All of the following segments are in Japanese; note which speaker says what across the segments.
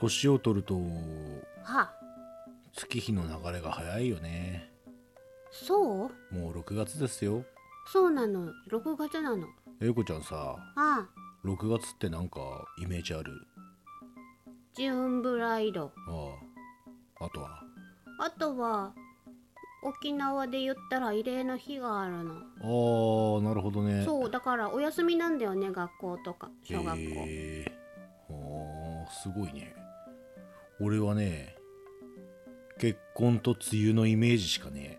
Speaker 1: 年を取ると
Speaker 2: は
Speaker 1: 月日の流れが早いよね
Speaker 2: そう
Speaker 1: もう6月ですよ
Speaker 2: そうなの6月なの
Speaker 1: えいこちゃんさ
Speaker 2: あ
Speaker 1: 6月ってなんかイメージある
Speaker 2: ジューンブライド
Speaker 1: あああとは
Speaker 2: あとは沖縄で言ったら慰霊の日があるの
Speaker 1: あーなるほどね
Speaker 2: そうだからお休みなんだよね学校とか小学校、
Speaker 1: へーあーすごいね俺はね結婚と梅雨のイメージしかね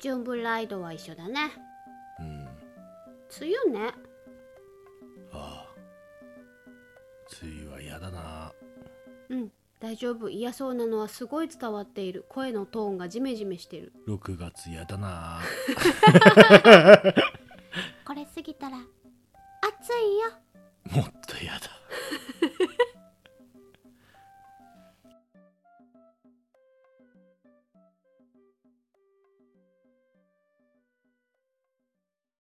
Speaker 2: ジューンブライドは一緒だね
Speaker 1: えうん
Speaker 2: 梅雨ね
Speaker 1: ああ梅雨は嫌だな
Speaker 2: うん大丈夫嫌そうなのはすごい伝わっている声のトーンがジメジメしてる
Speaker 1: 6月嫌だな
Speaker 2: これ過ぎたら暑いよ
Speaker 1: もっと嫌だ